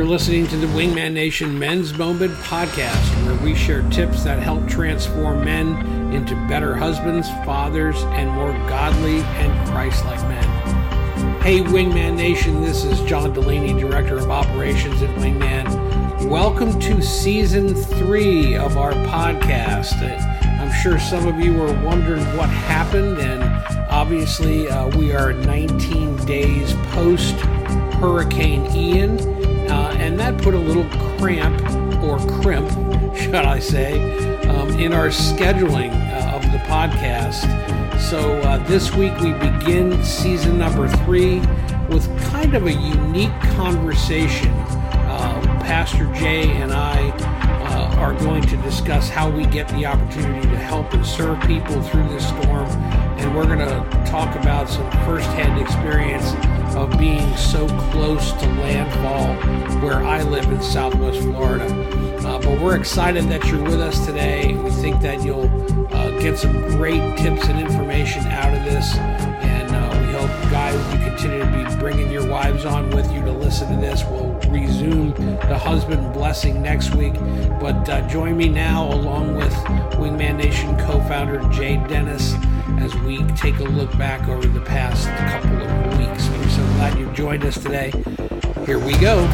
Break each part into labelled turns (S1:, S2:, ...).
S1: listening to the Wingman Nation Men's Moment podcast, where we share tips that help transform men into better husbands, fathers, and more godly and Christ like men. Hey, Wingman Nation, this is John Delaney, Director of Operations at Wingman. Welcome to season three of our podcast. I'm sure some of you are wondering what happened, and obviously, uh, we are 19 days post Hurricane Ian, uh, and that put a little cramp or crimp, shall I say, um, in our scheduling uh, of the podcast. So uh, this week we begin season number three with kind of a unique conversation. uh, Pastor Jay and I uh, are going to discuss how we get the opportunity to help and serve people through this storm, and we're going to talk about some firsthand experience of being so close to landfall where I live in Southwest Florida. Uh, but we're excited that you're with us today. We think that you'll uh, get some great tips and information out of this. And uh, we hope, guys, you continue to be bringing your wives on with you to listen to this. We'll resume the husband blessing next week. But uh, join me now, along with Wingman Nation co founder Jay Dennis, as we take a look back over the past couple of weeks. We're so glad you've joined us today. Here we go.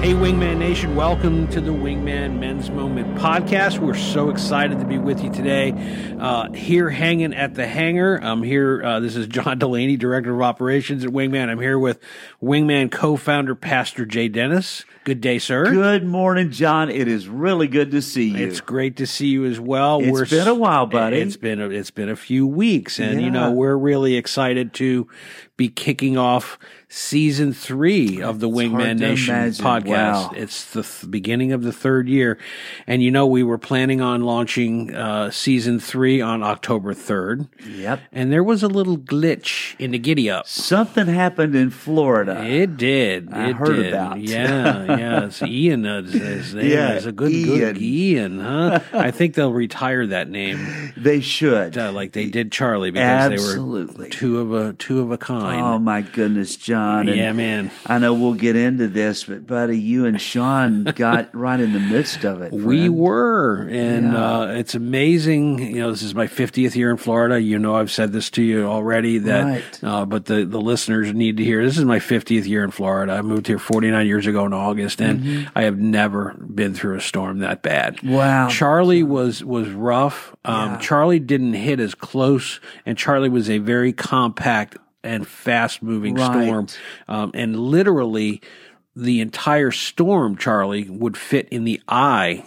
S1: Hey, Wingman Nation, welcome to the Wingman Men's Moment podcast. We're so excited to be with you today. Uh, here hanging at the hangar. I'm here. Uh, this is John Delaney, Director of Operations at Wingman. I'm here with Wingman co founder, Pastor Jay Dennis. Good day, sir.
S2: Good morning, John. It is really good to see you.
S1: It's great to see you as well.
S2: It's we're, been a while, buddy.
S1: It's been a, it's been a few weeks, and yeah. you know we're really excited to be kicking off season three of the it's Wingman Nation imagine. podcast. Wow. It's the th- beginning of the third year, and you know we were planning on launching uh, season three on October third.
S2: Yep.
S1: And there was a little glitch in the giddy up.
S2: Something happened in Florida.
S1: It did.
S2: I
S1: it
S2: heard
S1: did.
S2: about.
S1: Yeah. yeah, it's Ian. Uh, his name yeah, is a good, Ian. good Ian, huh? I think they'll retire that name.
S2: They should,
S1: uh, like they did Charlie, because Absolutely. they were two of a two of a kind.
S2: Oh my goodness, John!
S1: And yeah, Oh, man.
S2: I know we'll get into this, but buddy, you and Sean got right in the midst of it. Friend.
S1: We were, and yeah. uh, it's amazing. You know, this is my fiftieth year in Florida. You know, I've said this to you already that, right. uh, but the the listeners need to hear. This is my fiftieth year in Florida. I moved here forty nine years ago in August, and mm-hmm. I have never been through a storm that bad.
S2: Wow.
S1: Charlie was was rough. Um, yeah. Charlie didn't hit as close, and Charlie was a very compact and fast moving right. storm. Um, and literally, the entire storm, Charlie, would fit in the eye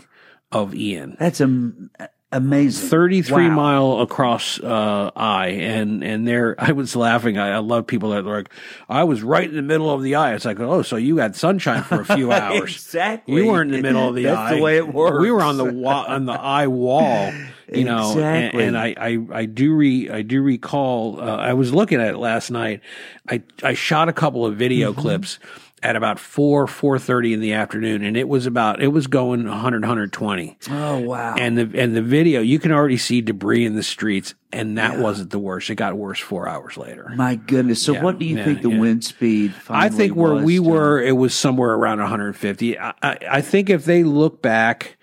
S1: of Ian.
S2: That's am- amazing.
S1: 33 wow. mile across uh, eye. And, and there, I was laughing. I, I, love people that are like, I was right in the middle of the eye. It's like, oh, so you had sunshine for a few hours.
S2: exactly.
S1: You were in the middle of the
S2: That's
S1: eye.
S2: the way it works.
S1: We were on the, wa- on the eye wall. you know
S2: exactly.
S1: and, and, I, I i do re i do recall uh, i was looking at it last night i i shot a couple of video mm-hmm. clips at about 4 4:30 in the afternoon and it was about it was going 100 120
S2: oh wow
S1: and the and the video you can already see debris in the streets and that yeah. wasn't the worst it got worse 4 hours later
S2: my goodness so yeah, what do you yeah, think the wind speed
S1: I think where was, we were it was somewhere around 150 I, I, I think if they look back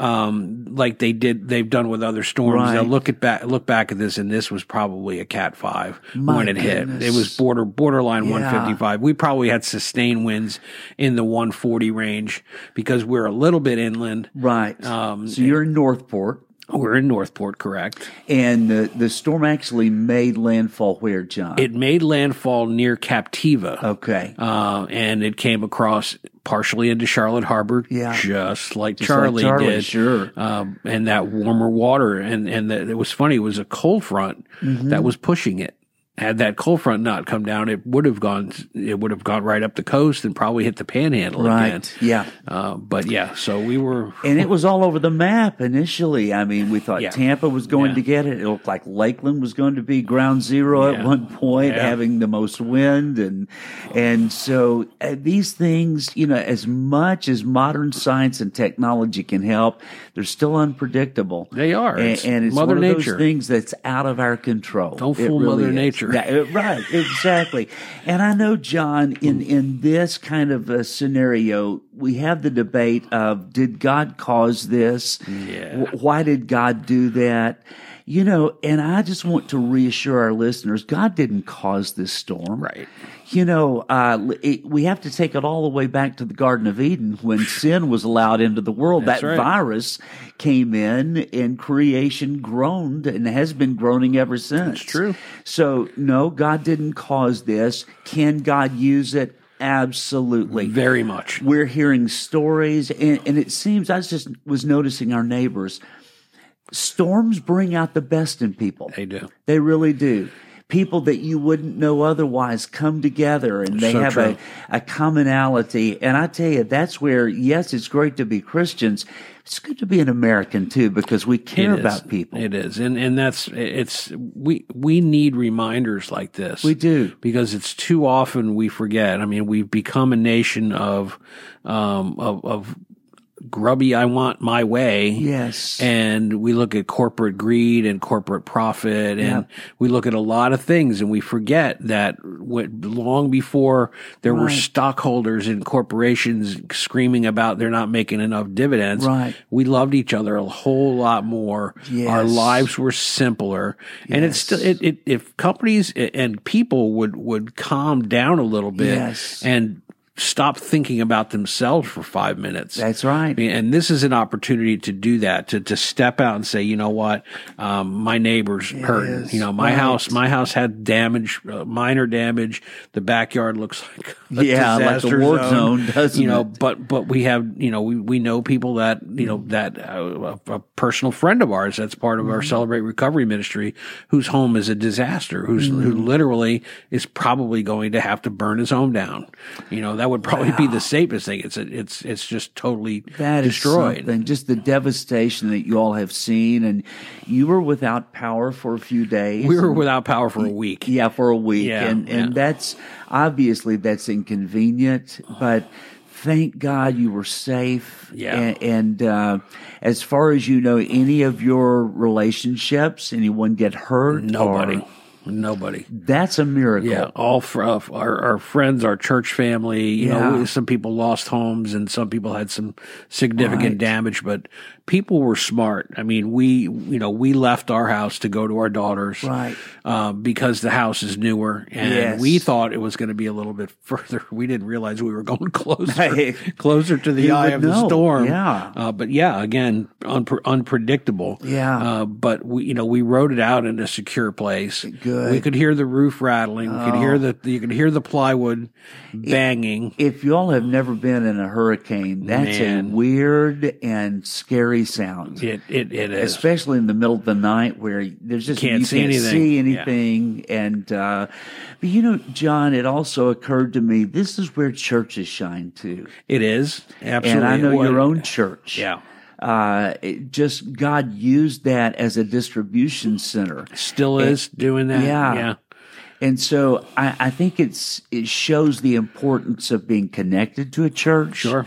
S1: um, like they did, they've done with other storms. Right. They'll look at back, look back at this, and this was probably a Cat Five My when it goodness. hit. It was border borderline yeah. 155. We probably had sustained winds in the 140 range because we're a little bit inland.
S2: Right. Um, so you're in Northport.
S1: We're in Northport, correct?
S2: And the, the storm actually made landfall where, John?
S1: It made landfall near Captiva.
S2: Okay.
S1: Uh, and it came across partially into Charlotte Harbor,
S2: yeah.
S1: just like just Charlie, like Charlie did.
S2: Sure.
S1: Um, and that warmer water. And, and the, it was funny, it was a cold front mm-hmm. that was pushing it had that cold front not come down, it would have gone. It would have gone right up the coast and probably hit the Panhandle again.
S2: Right. Yeah.
S1: Uh, but yeah, so we were
S2: And it was all over the map initially. I mean, we thought
S1: Yeah.
S2: Tampa was going
S1: Yeah.
S2: to get it. It looked like Lakeland was going to be ground zero
S1: Yeah.
S2: at one point,
S1: Yeah.
S2: having the most wind, and and so uh, these things, you know, as much as modern science and technology can help, they're still unpredictable.
S1: They are.
S2: and
S1: It's
S2: it's, and it's
S1: Mother
S2: one of those
S1: Nature.
S2: things that's out of our control.
S1: Don't
S2: It
S1: fool Mother
S2: is.
S1: Nature.
S2: Yeah, uh, right, exactly. And I know, John, in, in this kind of a scenario, we have the debate of did God cause this?
S1: Yeah.
S2: W- Why did God do that? You know, and I just want to reassure our listeners God didn't cause this storm.
S1: Right.
S2: You know, uh, l- it, we have to take it all the way back to the Garden of Eden when sin was allowed into the world.
S1: That's
S2: that
S1: right.
S2: virus came in and creation groaned and has been groaning ever since.
S1: true.
S2: So, no, God didn't cause this. Can God use it? Absolutely.
S1: very much.
S2: We're hearing stories, and, and it seems I just was noticing our neighbors. Storms bring out the best in people.
S1: They do.
S2: They really do. People that you wouldn't know otherwise come together and they
S1: So
S2: have
S1: true.
S2: a, a commonality. And I tell you, that's where, yes, it's great to be Christians. It's good to be an American too because we care
S1: It is.
S2: about people.
S1: It is, and and that's it's we we need reminders like this.
S2: we do.
S1: because it's too often we forget. I mean, we've become a nation of um, of, of grubby. I want my way.
S2: Yes.
S1: And we look at corporate greed and corporate profit, and we look at a lot of things, and we forget that what, long before there were stockholders in corporations screaming about they're not making enough dividends,
S2: Right.
S1: we loved each other a whole lot more. Our
S2: Yes.
S1: lives were simpler, and it's still it, it, if companies a- and people would would calm down a little bit
S2: Yes.
S1: and stop thinking about themselves for five minutes.
S2: That's right.
S1: I mean, and this is an opportunity to do that, to, to step out and say, you know what, um, my neighbor's hurting.
S2: is,
S1: You know, my
S2: right.
S1: house, my house had damage, uh, minor damage. The backyard looks like a
S2: Yeah, like the
S1: disaster
S2: war zone, doesn't
S1: you know?
S2: it?
S1: But but we have, you know, we, we know people that you know
S2: Mm-hmm.
S1: that uh, a, a personal friend of ours that's part of our Celebrate Recovery Ministry, whose home is a disaster, who's who
S2: Mm-hmm.
S1: literally is probably going to have to burn his home down. You know, that would probably be the safest thing. It's a, it's it's just totally
S2: That is
S1: destroyed.
S2: something. Just the devastation that you all have seen, and you were without power for a few days.
S1: we were without power for a week.
S2: Yeah, for a week.
S1: Yeah,
S2: and and
S1: yeah.
S2: that's obviously that's inconvenient, but thank God you were safe.
S1: Yeah.
S2: And, and uh, as far as you know, any of your relationships, anyone get hurt?
S1: Nobody.
S2: Or,
S1: Nobody.
S2: that's a miracle.
S1: Yeah, all fr- uh, our our friends, our church family. You know,
S2: Yeah.
S1: some people lost homes, and some people had some significant
S2: Right.
S1: damage. But people were smart. I mean, we you know we left our house to go to our daughter's,
S2: Right.
S1: uh, because the house is newer, and
S2: Yes.
S1: we thought it was going to be a little bit further. We didn't realize we were going closer,
S2: Hey.
S1: closer to the
S2: You
S1: eye
S2: would
S1: of the
S2: know.
S1: storm.
S2: Yeah.
S1: Uh, but yeah, again, unpre- unpredictable.
S2: Yeah.
S1: Uh, but we, you know, we rode it out in a secure place.
S2: Good. Oh.
S1: We could hear the roof rattling. We could hear the you could hear the plywood banging.
S2: If y'all have never been in a hurricane, that's
S1: Man.
S2: a weird and scary sound.
S1: It it, it is.
S2: especially in the middle of the night where there's just
S1: Can't
S2: you
S1: see
S2: can't
S1: anything.
S2: see
S1: Yeah.
S2: anything. And uh, but you know, John, it also occurred to me this is where churches shine too.
S1: it is
S2: And
S1: absolutely.
S2: I know
S1: What-
S2: your own church.
S1: Yeah.
S2: Uh, it just God used that as a distribution center.
S1: Still is doing that.
S2: Yeah.
S1: Yeah.
S2: And so I, I think it's it shows the importance of being connected to a church.
S1: Sure.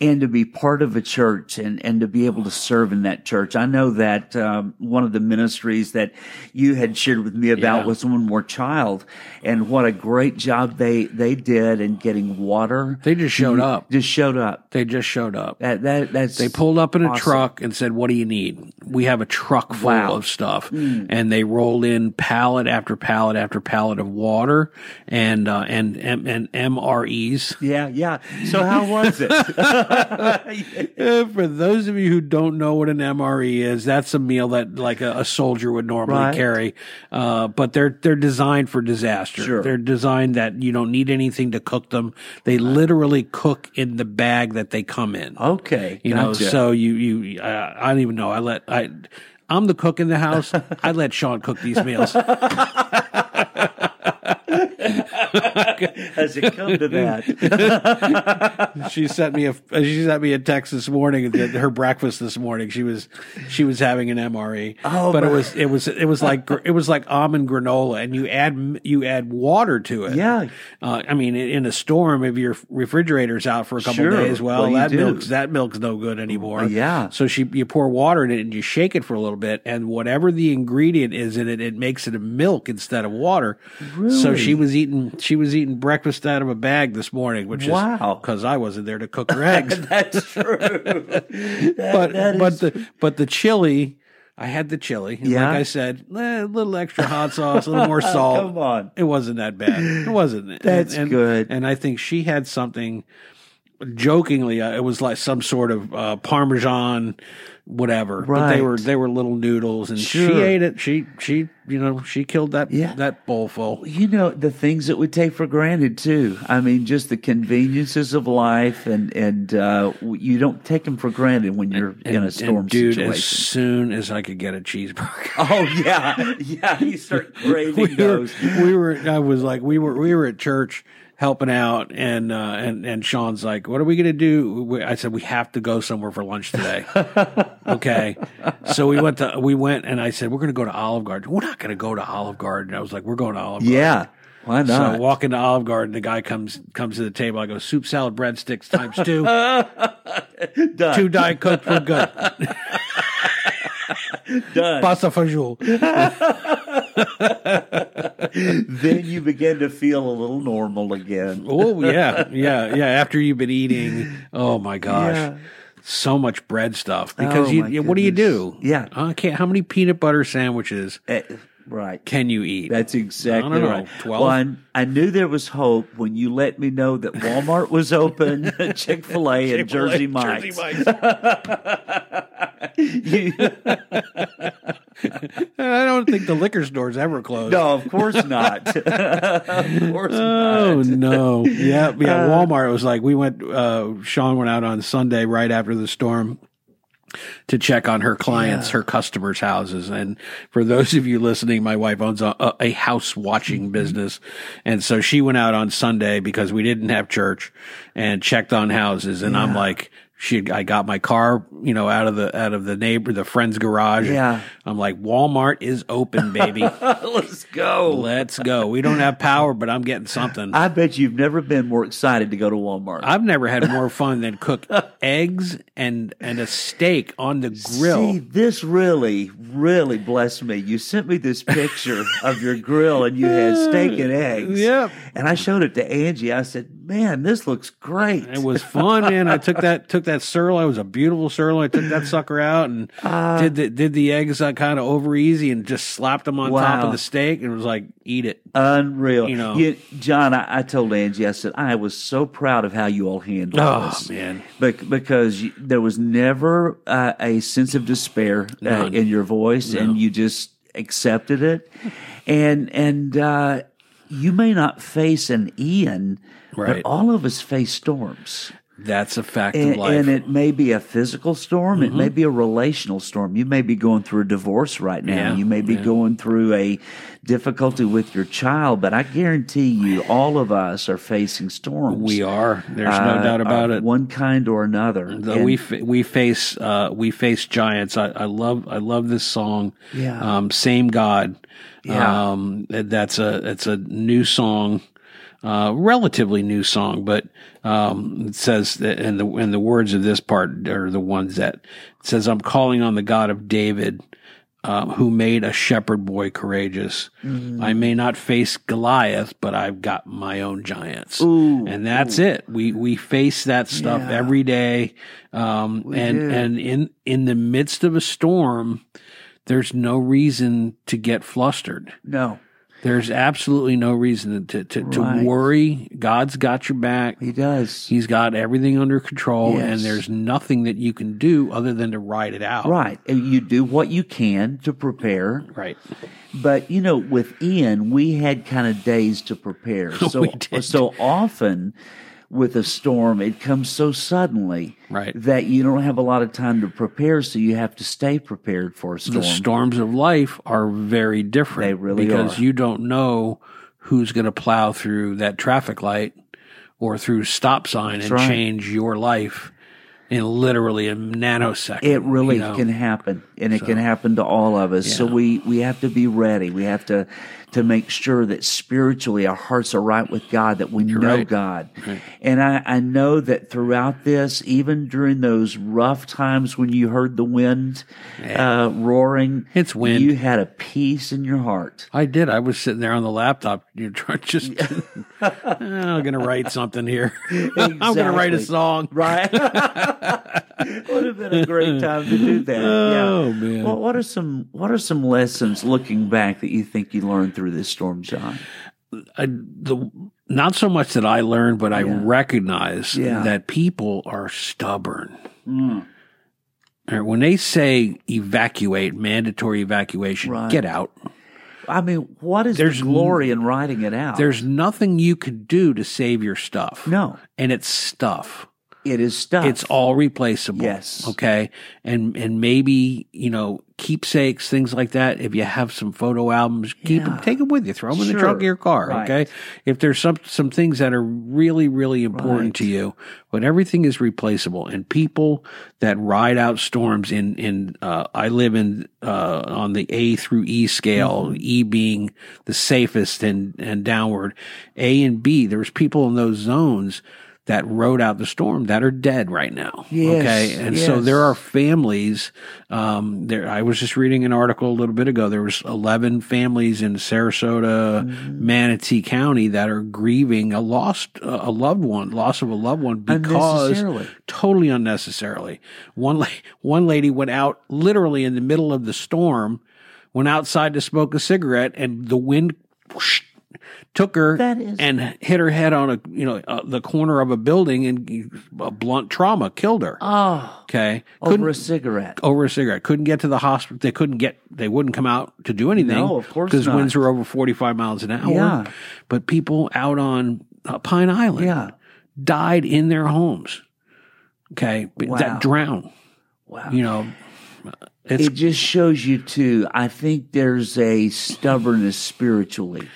S2: And to be part of a church and, and to be able to serve in that church. I know that um, one of the ministries that you had shared with me about
S1: Yeah.
S2: was One More Child, and what a great job they, they did in getting water.
S1: They just showed up.
S2: Just showed up.
S1: They just showed up.
S2: That that that's
S1: They pulled up in a truck and said, "What do you need? We have a truck full
S2: Wow. Hmm.
S1: of stuff." And they rolled in pallet after pallet after pallet of water and uh, and and, and MREs.
S2: Yeah, yeah. So how was it?
S1: Uh, For those of you who don't know what an MRE is, that's a meal that like a, a soldier would normally
S2: Right.
S1: carry. Uh, but they're they're designed for disaster.
S2: Sure.
S1: They're designed that you don't need anything to cook them. They literally cook in the bag that they come in.
S2: Okay,
S1: You know,
S2: Oh, gotcha.
S1: so you you uh, I don't even know. I let I I'm the cook in the house. I let Sean cook these meals.
S2: Has it come to that?
S1: she sent me a she sent me a text this morning that her breakfast this morning she was she was having an MRE
S2: Oh,
S1: but it
S2: my-
S1: was it was it was like gr- it was like almond granola and you add you add water to it
S2: Yeah.
S1: uh, I mean in in a storm if your refrigerator's out for a couple
S2: Sure.
S1: days well,
S2: Well, you
S1: that
S2: do.
S1: milk's that milk's no good anymore
S2: yeah.
S1: so she you pour water in it and you shake it for a little bit and whatever the ingredient is in it it makes it a milk instead of water so
S2: Really?
S1: she was eating she was eating breakfast out of a bag this morning which
S2: Wow.
S1: because I wasn't there to cook her eggs.
S2: That's true. That-
S1: but
S2: that
S1: but
S2: is-
S1: the but the chili, I had the chili. and
S2: Yeah.
S1: Like I said, eh, a little extra hot sauce, a little more salt.
S2: Come on.
S1: It wasn't that bad. It wasn't. And-
S2: That's
S1: and,
S2: good.
S1: And I think she had something. Jokingly, uh, it was like some sort of uh, Parmesan, whatever. But they
S2: Right.
S1: were they were little noodles, and she
S2: Sure.
S1: ate it. She she you know she killed that
S2: Yeah.
S1: that bowl full.
S2: you know the things that we take for granted too i mean just the conveniences of life and and uh w- you don't take them for granted when you're in a storm
S1: and dude, as
S2: situation
S1: soon as I could get a cheeseburger,
S2: oh yeah yeah you start
S1: we
S2: craving
S1: were,
S2: those
S1: we were I was like we were we were at church helping out and uh and and Sean's like what are we going to do We- I said we have to go somewhere for lunch today okay so we went to we went and I said we're going to go to Olive Garden we're not going to go to Olive Garden I was like we're going to Olive Garden
S2: yeah why
S1: so
S2: not
S1: I walk into Olive Garden the guy comes comes to the table I go soup salad breadsticks times two
S2: done,
S1: two diet cokes were good
S2: done.
S1: pasta fajoule
S2: then you begin to feel a little normal again
S1: oh yeah yeah yeah after you've been eating oh my gosh
S2: Yeah.
S1: so much bread stuff because
S2: Oh,
S1: you,
S2: my
S1: you- what do you do?
S2: goodness. Yeah.
S1: I can't. How many peanut butter sandwiches
S2: Eh, right
S1: can you eat?
S2: That's exactly
S1: know,
S2: right.
S1: 12?
S2: One, I knew there was hope when you let me know that Walmart was open, Chick Fil A, and Jersey Mike's. You-
S1: I don't think the liquor stores ever closed.
S2: no, of course not. of course
S1: Oh
S2: not.
S1: no! Yeah, yeah. Walmart was like we went. Uh, Sean went out on Sunday right after the storm to check on her clients, her customers' houses. And for those of you listening, my wife owns a, a- a house watching business, and so she went out on Sunday because we didn't have church and checked on houses. And I'm like. She, I got my car, you know, out of the out of the neighbor, the friend's garage.
S2: Yeah.
S1: I'm like, Walmart is open, baby.
S2: Let's go.
S1: Let's go. We don't have power, but I'm getting something.
S2: I bet you've never been more excited to go to Walmart.
S1: I've never had more fun than cook eggs and and a steak on the grill.
S2: See, this really, really blessed me. You sent me this picture of your grill and you had steak and eggs.
S1: Yep.
S2: And I showed it to Angie. I said, Man, this looks great.
S1: It was fun, man. I took that took that sirloin. It was a beautiful sirloin. I took that sucker out and
S2: Uh,
S1: did the did the eggs uh, kind of over easy and just slapped them on top of
S2: Wow.
S1: the steak and was like, eat it.
S2: Unreal.
S1: You know.
S2: John, I, I told Angie, I said, I was so proud of how you all handled
S1: Oh,
S2: this.
S1: man.
S2: Bec- because you, there was never uh, a sense of despair uh,
S1: None.
S2: in your voice, and you just accepted it. And, and, uh, you may not face an Ian,
S1: Right.
S2: but all of us face storms.
S1: That's a fact
S2: And,
S1: of life. Mm-hmm.
S2: and it may be a physical storm. It may be a relational storm. You may be going through a divorce right now.
S1: Yeah,
S2: you may be going through a difficulty with your child. But I guarantee you, all of us are facing storms.
S1: we are. There's no
S2: uh,
S1: doubt about
S2: of
S1: it.
S2: One kind or another.
S1: The-
S2: And
S1: we fa- we face uh, we face giants. I, I love I love this song.
S2: Yeah.
S1: Um, same God.
S2: Yeah.
S1: Um, that- that's a that's a new song, uh, relatively new song, but um, it says that, and the and the words of this part are the ones that it says I'm calling on the God of David. Um, who made a shepherd boy courageous?
S2: Mm.
S1: I may not face Goliath, but I've got my own giants,
S2: Ooh.
S1: and that's it. We we face that stuff
S2: Yeah.
S1: every day, um, and
S2: do.
S1: and in in the midst of a storm, there's no reason to get flustered.
S2: no,
S1: There's absolutely no reason to to, to
S2: Right.
S1: worry. God's got your back.
S2: he does.
S1: He's got everything under control, and
S2: Yes.
S1: there's nothing that you can do other than to ride it out.
S2: Right. And You do what you can to prepare.
S1: Right.
S2: But you know, with Ian, we had kind of days to prepare. So
S1: We did.
S2: so often with a storm, it comes so suddenly
S1: Right.
S2: that you don't have a lot of time to prepare, so you have to stay prepared for a storm.
S1: The storms of life are very different.
S2: They really
S1: because
S2: are.
S1: you don't know who's going to plow through that traffic light or through stop sign and
S2: right.
S1: change your life in literally a nanosecond.
S2: It really
S1: you know?
S2: can happen, and it can happen to all of us. So we we have to be ready. We have to to make sure that spiritually our hearts are right with God, that we know
S1: right.
S2: God. And I, I know that throughout this, even during those rough times when you heard the wind uh, roaring,
S1: It's wind.
S2: You had a peace in your heart.
S1: I did. I was sitting there on the laptop, you know, just "Eh, I'm going to write something here. I'm going to write a
S2: Exactly.
S1: song.
S2: Right. Would have been a great time to do that.
S1: Oh,
S2: yeah.
S1: man.
S2: What, what are some What are some lessons looking back that you think you learned through this storm, John?
S1: I, the not so much that I learned, but I recognize
S2: Yeah.
S1: that people are stubborn. Mm. All right, When they say evacuate, mandatory evacuation,
S2: Right.
S1: get out.
S2: I mean, what is
S1: There's
S2: the glory in writing it out?
S1: There's nothing you can do to save your stuff.
S2: no.
S1: And it's stuff.
S2: It is stuff.
S1: It's all replaceable.
S2: Yes.
S1: Okay. And and maybe you know keepsakes, things like that. If you have some photo albums, keep them,
S2: Yeah.
S1: take them with you, throw them in the
S2: Sure.
S1: trunk of your car.
S2: Right.
S1: Okay. If there's some some things that are really really important
S2: Right.
S1: to you, but everything is replaceable. And people that ride out storms in in uh, I live in uh, on the A through E scale,
S2: Mm-hmm.
S1: E being the safest and and downward, A and B. There's people in those zones that rode out the storm that are dead right now.
S2: Yes,
S1: okay. And so
S2: yes.
S1: there are families. Um, there, I was just reading an article a little bit ago. There was 11 families in Sarasota,
S2: Mm-hmm.
S1: Manatee County that are grieving a lost, a loved one, loss of a loved one because
S2: Unnecessarily.
S1: totally unnecessarily. One, la- one lady went out literally in the middle of the storm, went outside to smoke a cigarette and the wind whoosh, took her
S2: That is-
S1: and hit her head on a you know uh, the corner of a building and a blunt trauma killed her.
S2: oh,
S1: Okay, couldn't
S2: over a cigarette.
S1: over a cigarette. Couldn't get to the hospital. They couldn't get. They wouldn't come out to do anything.
S2: No, of course
S1: because
S2: not.
S1: winds were over forty five miles an hour.
S2: Yeah.
S1: But people out on uh, Pine Island
S2: Yeah.
S1: died in their homes. Okay, But
S2: Wow.
S1: that drown.
S2: Wow.
S1: You know,
S2: it just shows you too. I think there's a stubbornness spiritually.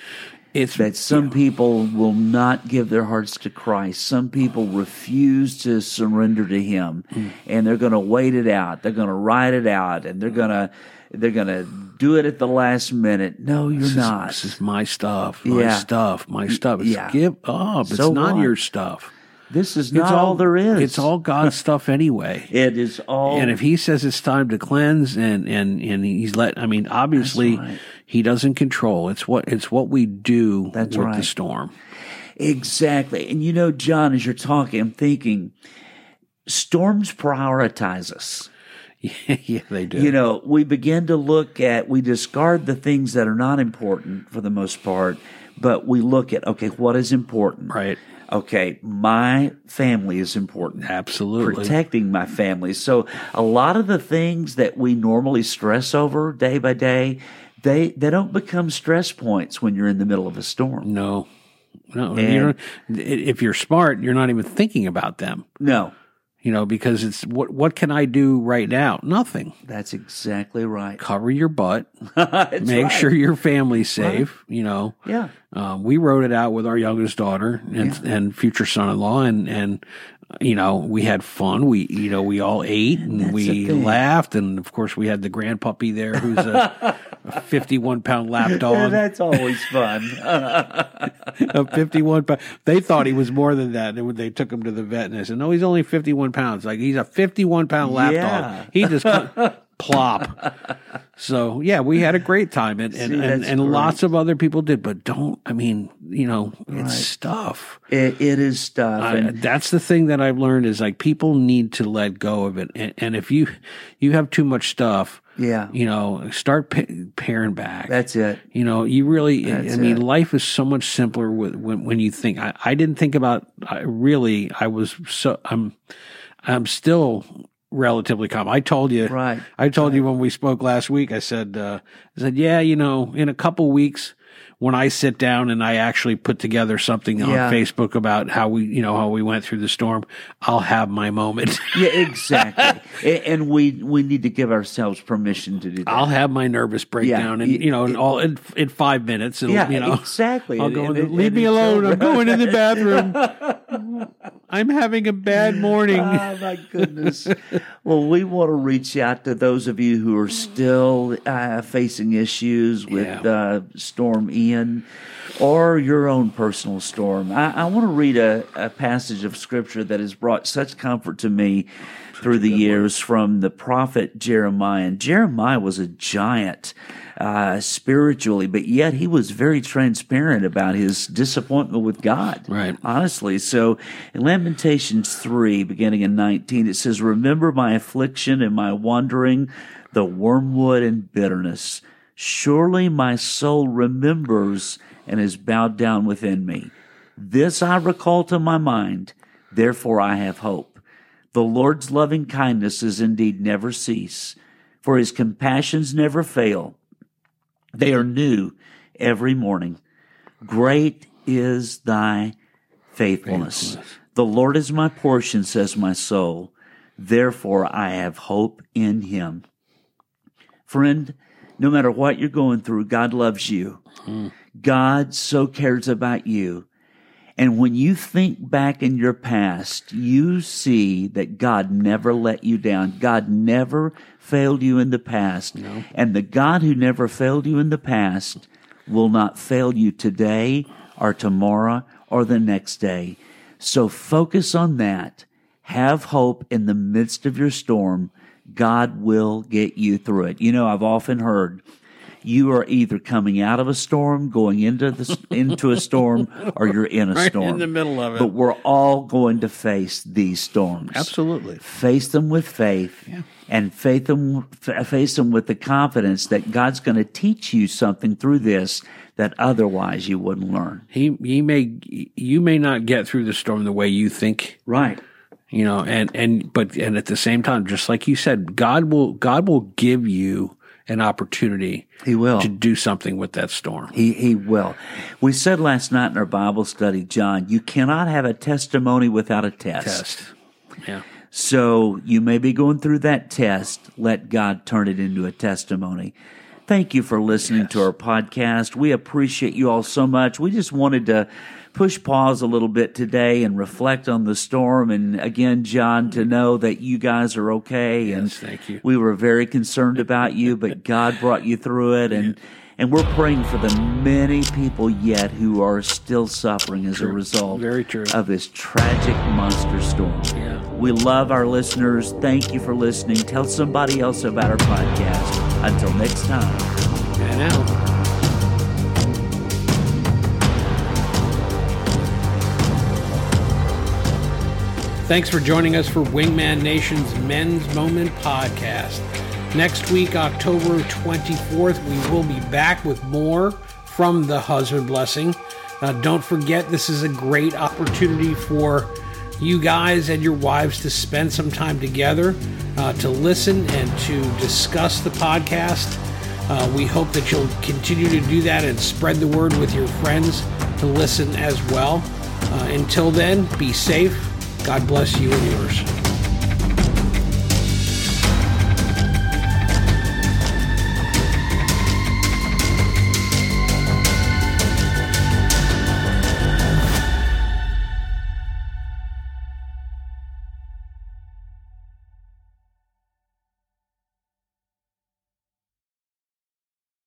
S1: it's
S2: that some people will not give their hearts to Christ. Some people refuse to surrender to Him,
S1: Hmm.
S2: and they're going to wait it out. They're going to ride it out, and they're going to they're going to do it at the last minute. No, you're not.
S1: This is my stuff. My
S2: Yeah.
S1: stuff. My stuff. It's
S2: yeah.
S1: Give up. It's
S2: So
S1: not
S2: what?
S1: your stuff.
S2: this is not all, there is.
S1: It's all God's stuff anyway.
S2: It is all.
S1: And if he says it's time to cleanse and and and he's let I mean obviously
S2: right.
S1: he doesn't control. It's what it's what we do
S2: That's
S1: with the
S2: right.
S1: storm.
S2: Exactly. And you know, John, as you're talking, I'm thinking storms prioritize us.
S1: yeah, they do.
S2: You know, we begin to look at, we discard the things that are not important for the most part, but we look at, okay, what is important?
S1: right.
S2: Okay, my family is important.
S1: Absolutely.
S2: Protecting my family. So a lot of the things that we normally stress over day by day, they, they don't become stress points when you're in the middle of a storm.
S1: no. No. you don't, i- if you're smart, you're not even thinking about them.
S2: No,
S1: You know, because it's what what can I do right now? Nothing.
S2: that's exactly right.
S1: Cover your butt.
S2: That's
S1: Make
S2: right.
S1: sure your family's safe, you know.
S2: Yeah.
S1: Um, we wrote it out with our youngest daughter and and future son-in-law, and and you know we had fun. We you know we all ate and
S2: That's
S1: we
S2: the thing.
S1: laughed, and of course we had the grand puppy there, who's a, a fifty-one pound lap
S2: Yeah,
S1: dog.
S2: that's always fun.
S1: a fifty-one pound. They thought he was more than that, and when they took him to the vet, and I said, "No, he's only fifty-one pounds. Like he's a fifty-one pound lap
S2: Yeah.
S1: dog. He just." come- Plop. So yeah, we had a great time, and and,
S2: See,
S1: and,
S2: that's
S1: and
S2: great.
S1: lots of other people did. But don't, I mean, you know, it's stuff.
S2: it, it is stuff.
S1: I-
S2: and
S1: that's the thing that I've learned is like people need to let go of it, and, and if you you have too much stuff,
S2: Yeah.
S1: you know, start p- paring back.
S2: that's it.
S1: you know, you really. I
S2: That's
S1: mean,
S2: it.
S1: life is so much simpler with, when when you think. I, I didn't think about. I really, I was so. I'm I'm still relatively calm. I told you.
S2: Right.
S1: I told you when we spoke last week. I said. Uh, I said, yeah, you know, in a couple weeks. when I sit down and I actually put together something on
S2: Yeah.
S1: Facebook about how we, you know, how we went through the storm, I'll have my moment.
S2: Yeah, exactly. A- and we we need to give ourselves permission to do that.
S1: I'll have my nervous breakdown, and
S2: y-
S1: you know, in all in, in five minutes, it'll,
S2: yeah,
S1: you know,
S2: exactly.
S1: I'll
S2: And-
S1: go.
S2: and
S1: in the-
S2: it-
S1: leave
S2: and
S1: me
S2: it's
S1: alone.
S2: over.
S1: I'm going in the bathroom. I'm having a bad morning.
S2: Oh my goodness! well, we want to reach out to those of you who are still uh, facing issues with
S1: Yeah.
S2: uh, Storm Ian or your own personal storm. I, I want to read a, a passage of scripture that has brought such comfort to me through the years from the prophet Jeremiah. And Jeremiah was a giant uh, spiritually, but yet he was very transparent about his disappointment with God
S1: Right.
S2: honestly. So in Lamentations 3, beginning in 19, it says, Remember my affliction and my wandering, the wormwood and bitterness. Surely my soul remembers and is bowed down within me. This I recall to my mind, therefore I have hope. The Lord's loving kindnesses indeed never cease, for his compassions never fail. They are new every morning. Great is thy faithfulness. The Lord is my portion, says my soul. Therefore, I have hope in him. Friend, no matter what you're going through, God loves you. God so cares about you. And when you think back in your past, you see that God never let you down. God never failed you in the past. And the God who never failed you in the past will not fail you today or tomorrow or the next day. So focus on that. Have hope in the midst of your storm. God will get you through it. You know, I've often heard you are either coming out of a storm, going into the into a storm, or you're in a storm.
S1: in the middle of it.
S2: But we're all going to face these storms.
S1: Absolutely.
S2: Face them with faith, and faith them, f- face them with the confidence that God's going to teach you something through this that otherwise you wouldn't learn.
S1: He, he may, you may not get through the storm the way you think
S2: Right.
S1: you know and and but and at the same time just like you said god will god will give you an opportunity
S2: He will.
S1: to do something with that storm
S2: He, he will. We said last night in our Bible study, John, you cannot have a testimony without a
S1: test yeah
S2: So you may be going through that test. Let God turn it into a testimony. Thank you for listening to our podcast. We appreciate you all so much. We just wanted to push pause a little bit today and reflect on the storm. And again, John, to know that you guys are okay. and
S1: Yes, thank you.
S2: we were very concerned about you, but God brought you through it. And, and we're praying for the many people yet who are still suffering as a result
S1: Very true.
S2: of this tragic monster storm.
S1: Yeah.
S2: We love our listeners. Thank you for listening. Tell somebody else about our podcast. Until next time.
S1: and now Thanks for joining us for Wingman Nation's Men's Moment podcast. Next week, October 24th, we will be back with more from the Husband Blessing. Uh, don't forget, this is a great opportunity for you guys and your wives to spend some time together, uh, to listen and to discuss the podcast. Uh, we hope that you'll continue to do that and spread the word with your friends to listen as well. Uh, until then, be safe. God bless you and yours.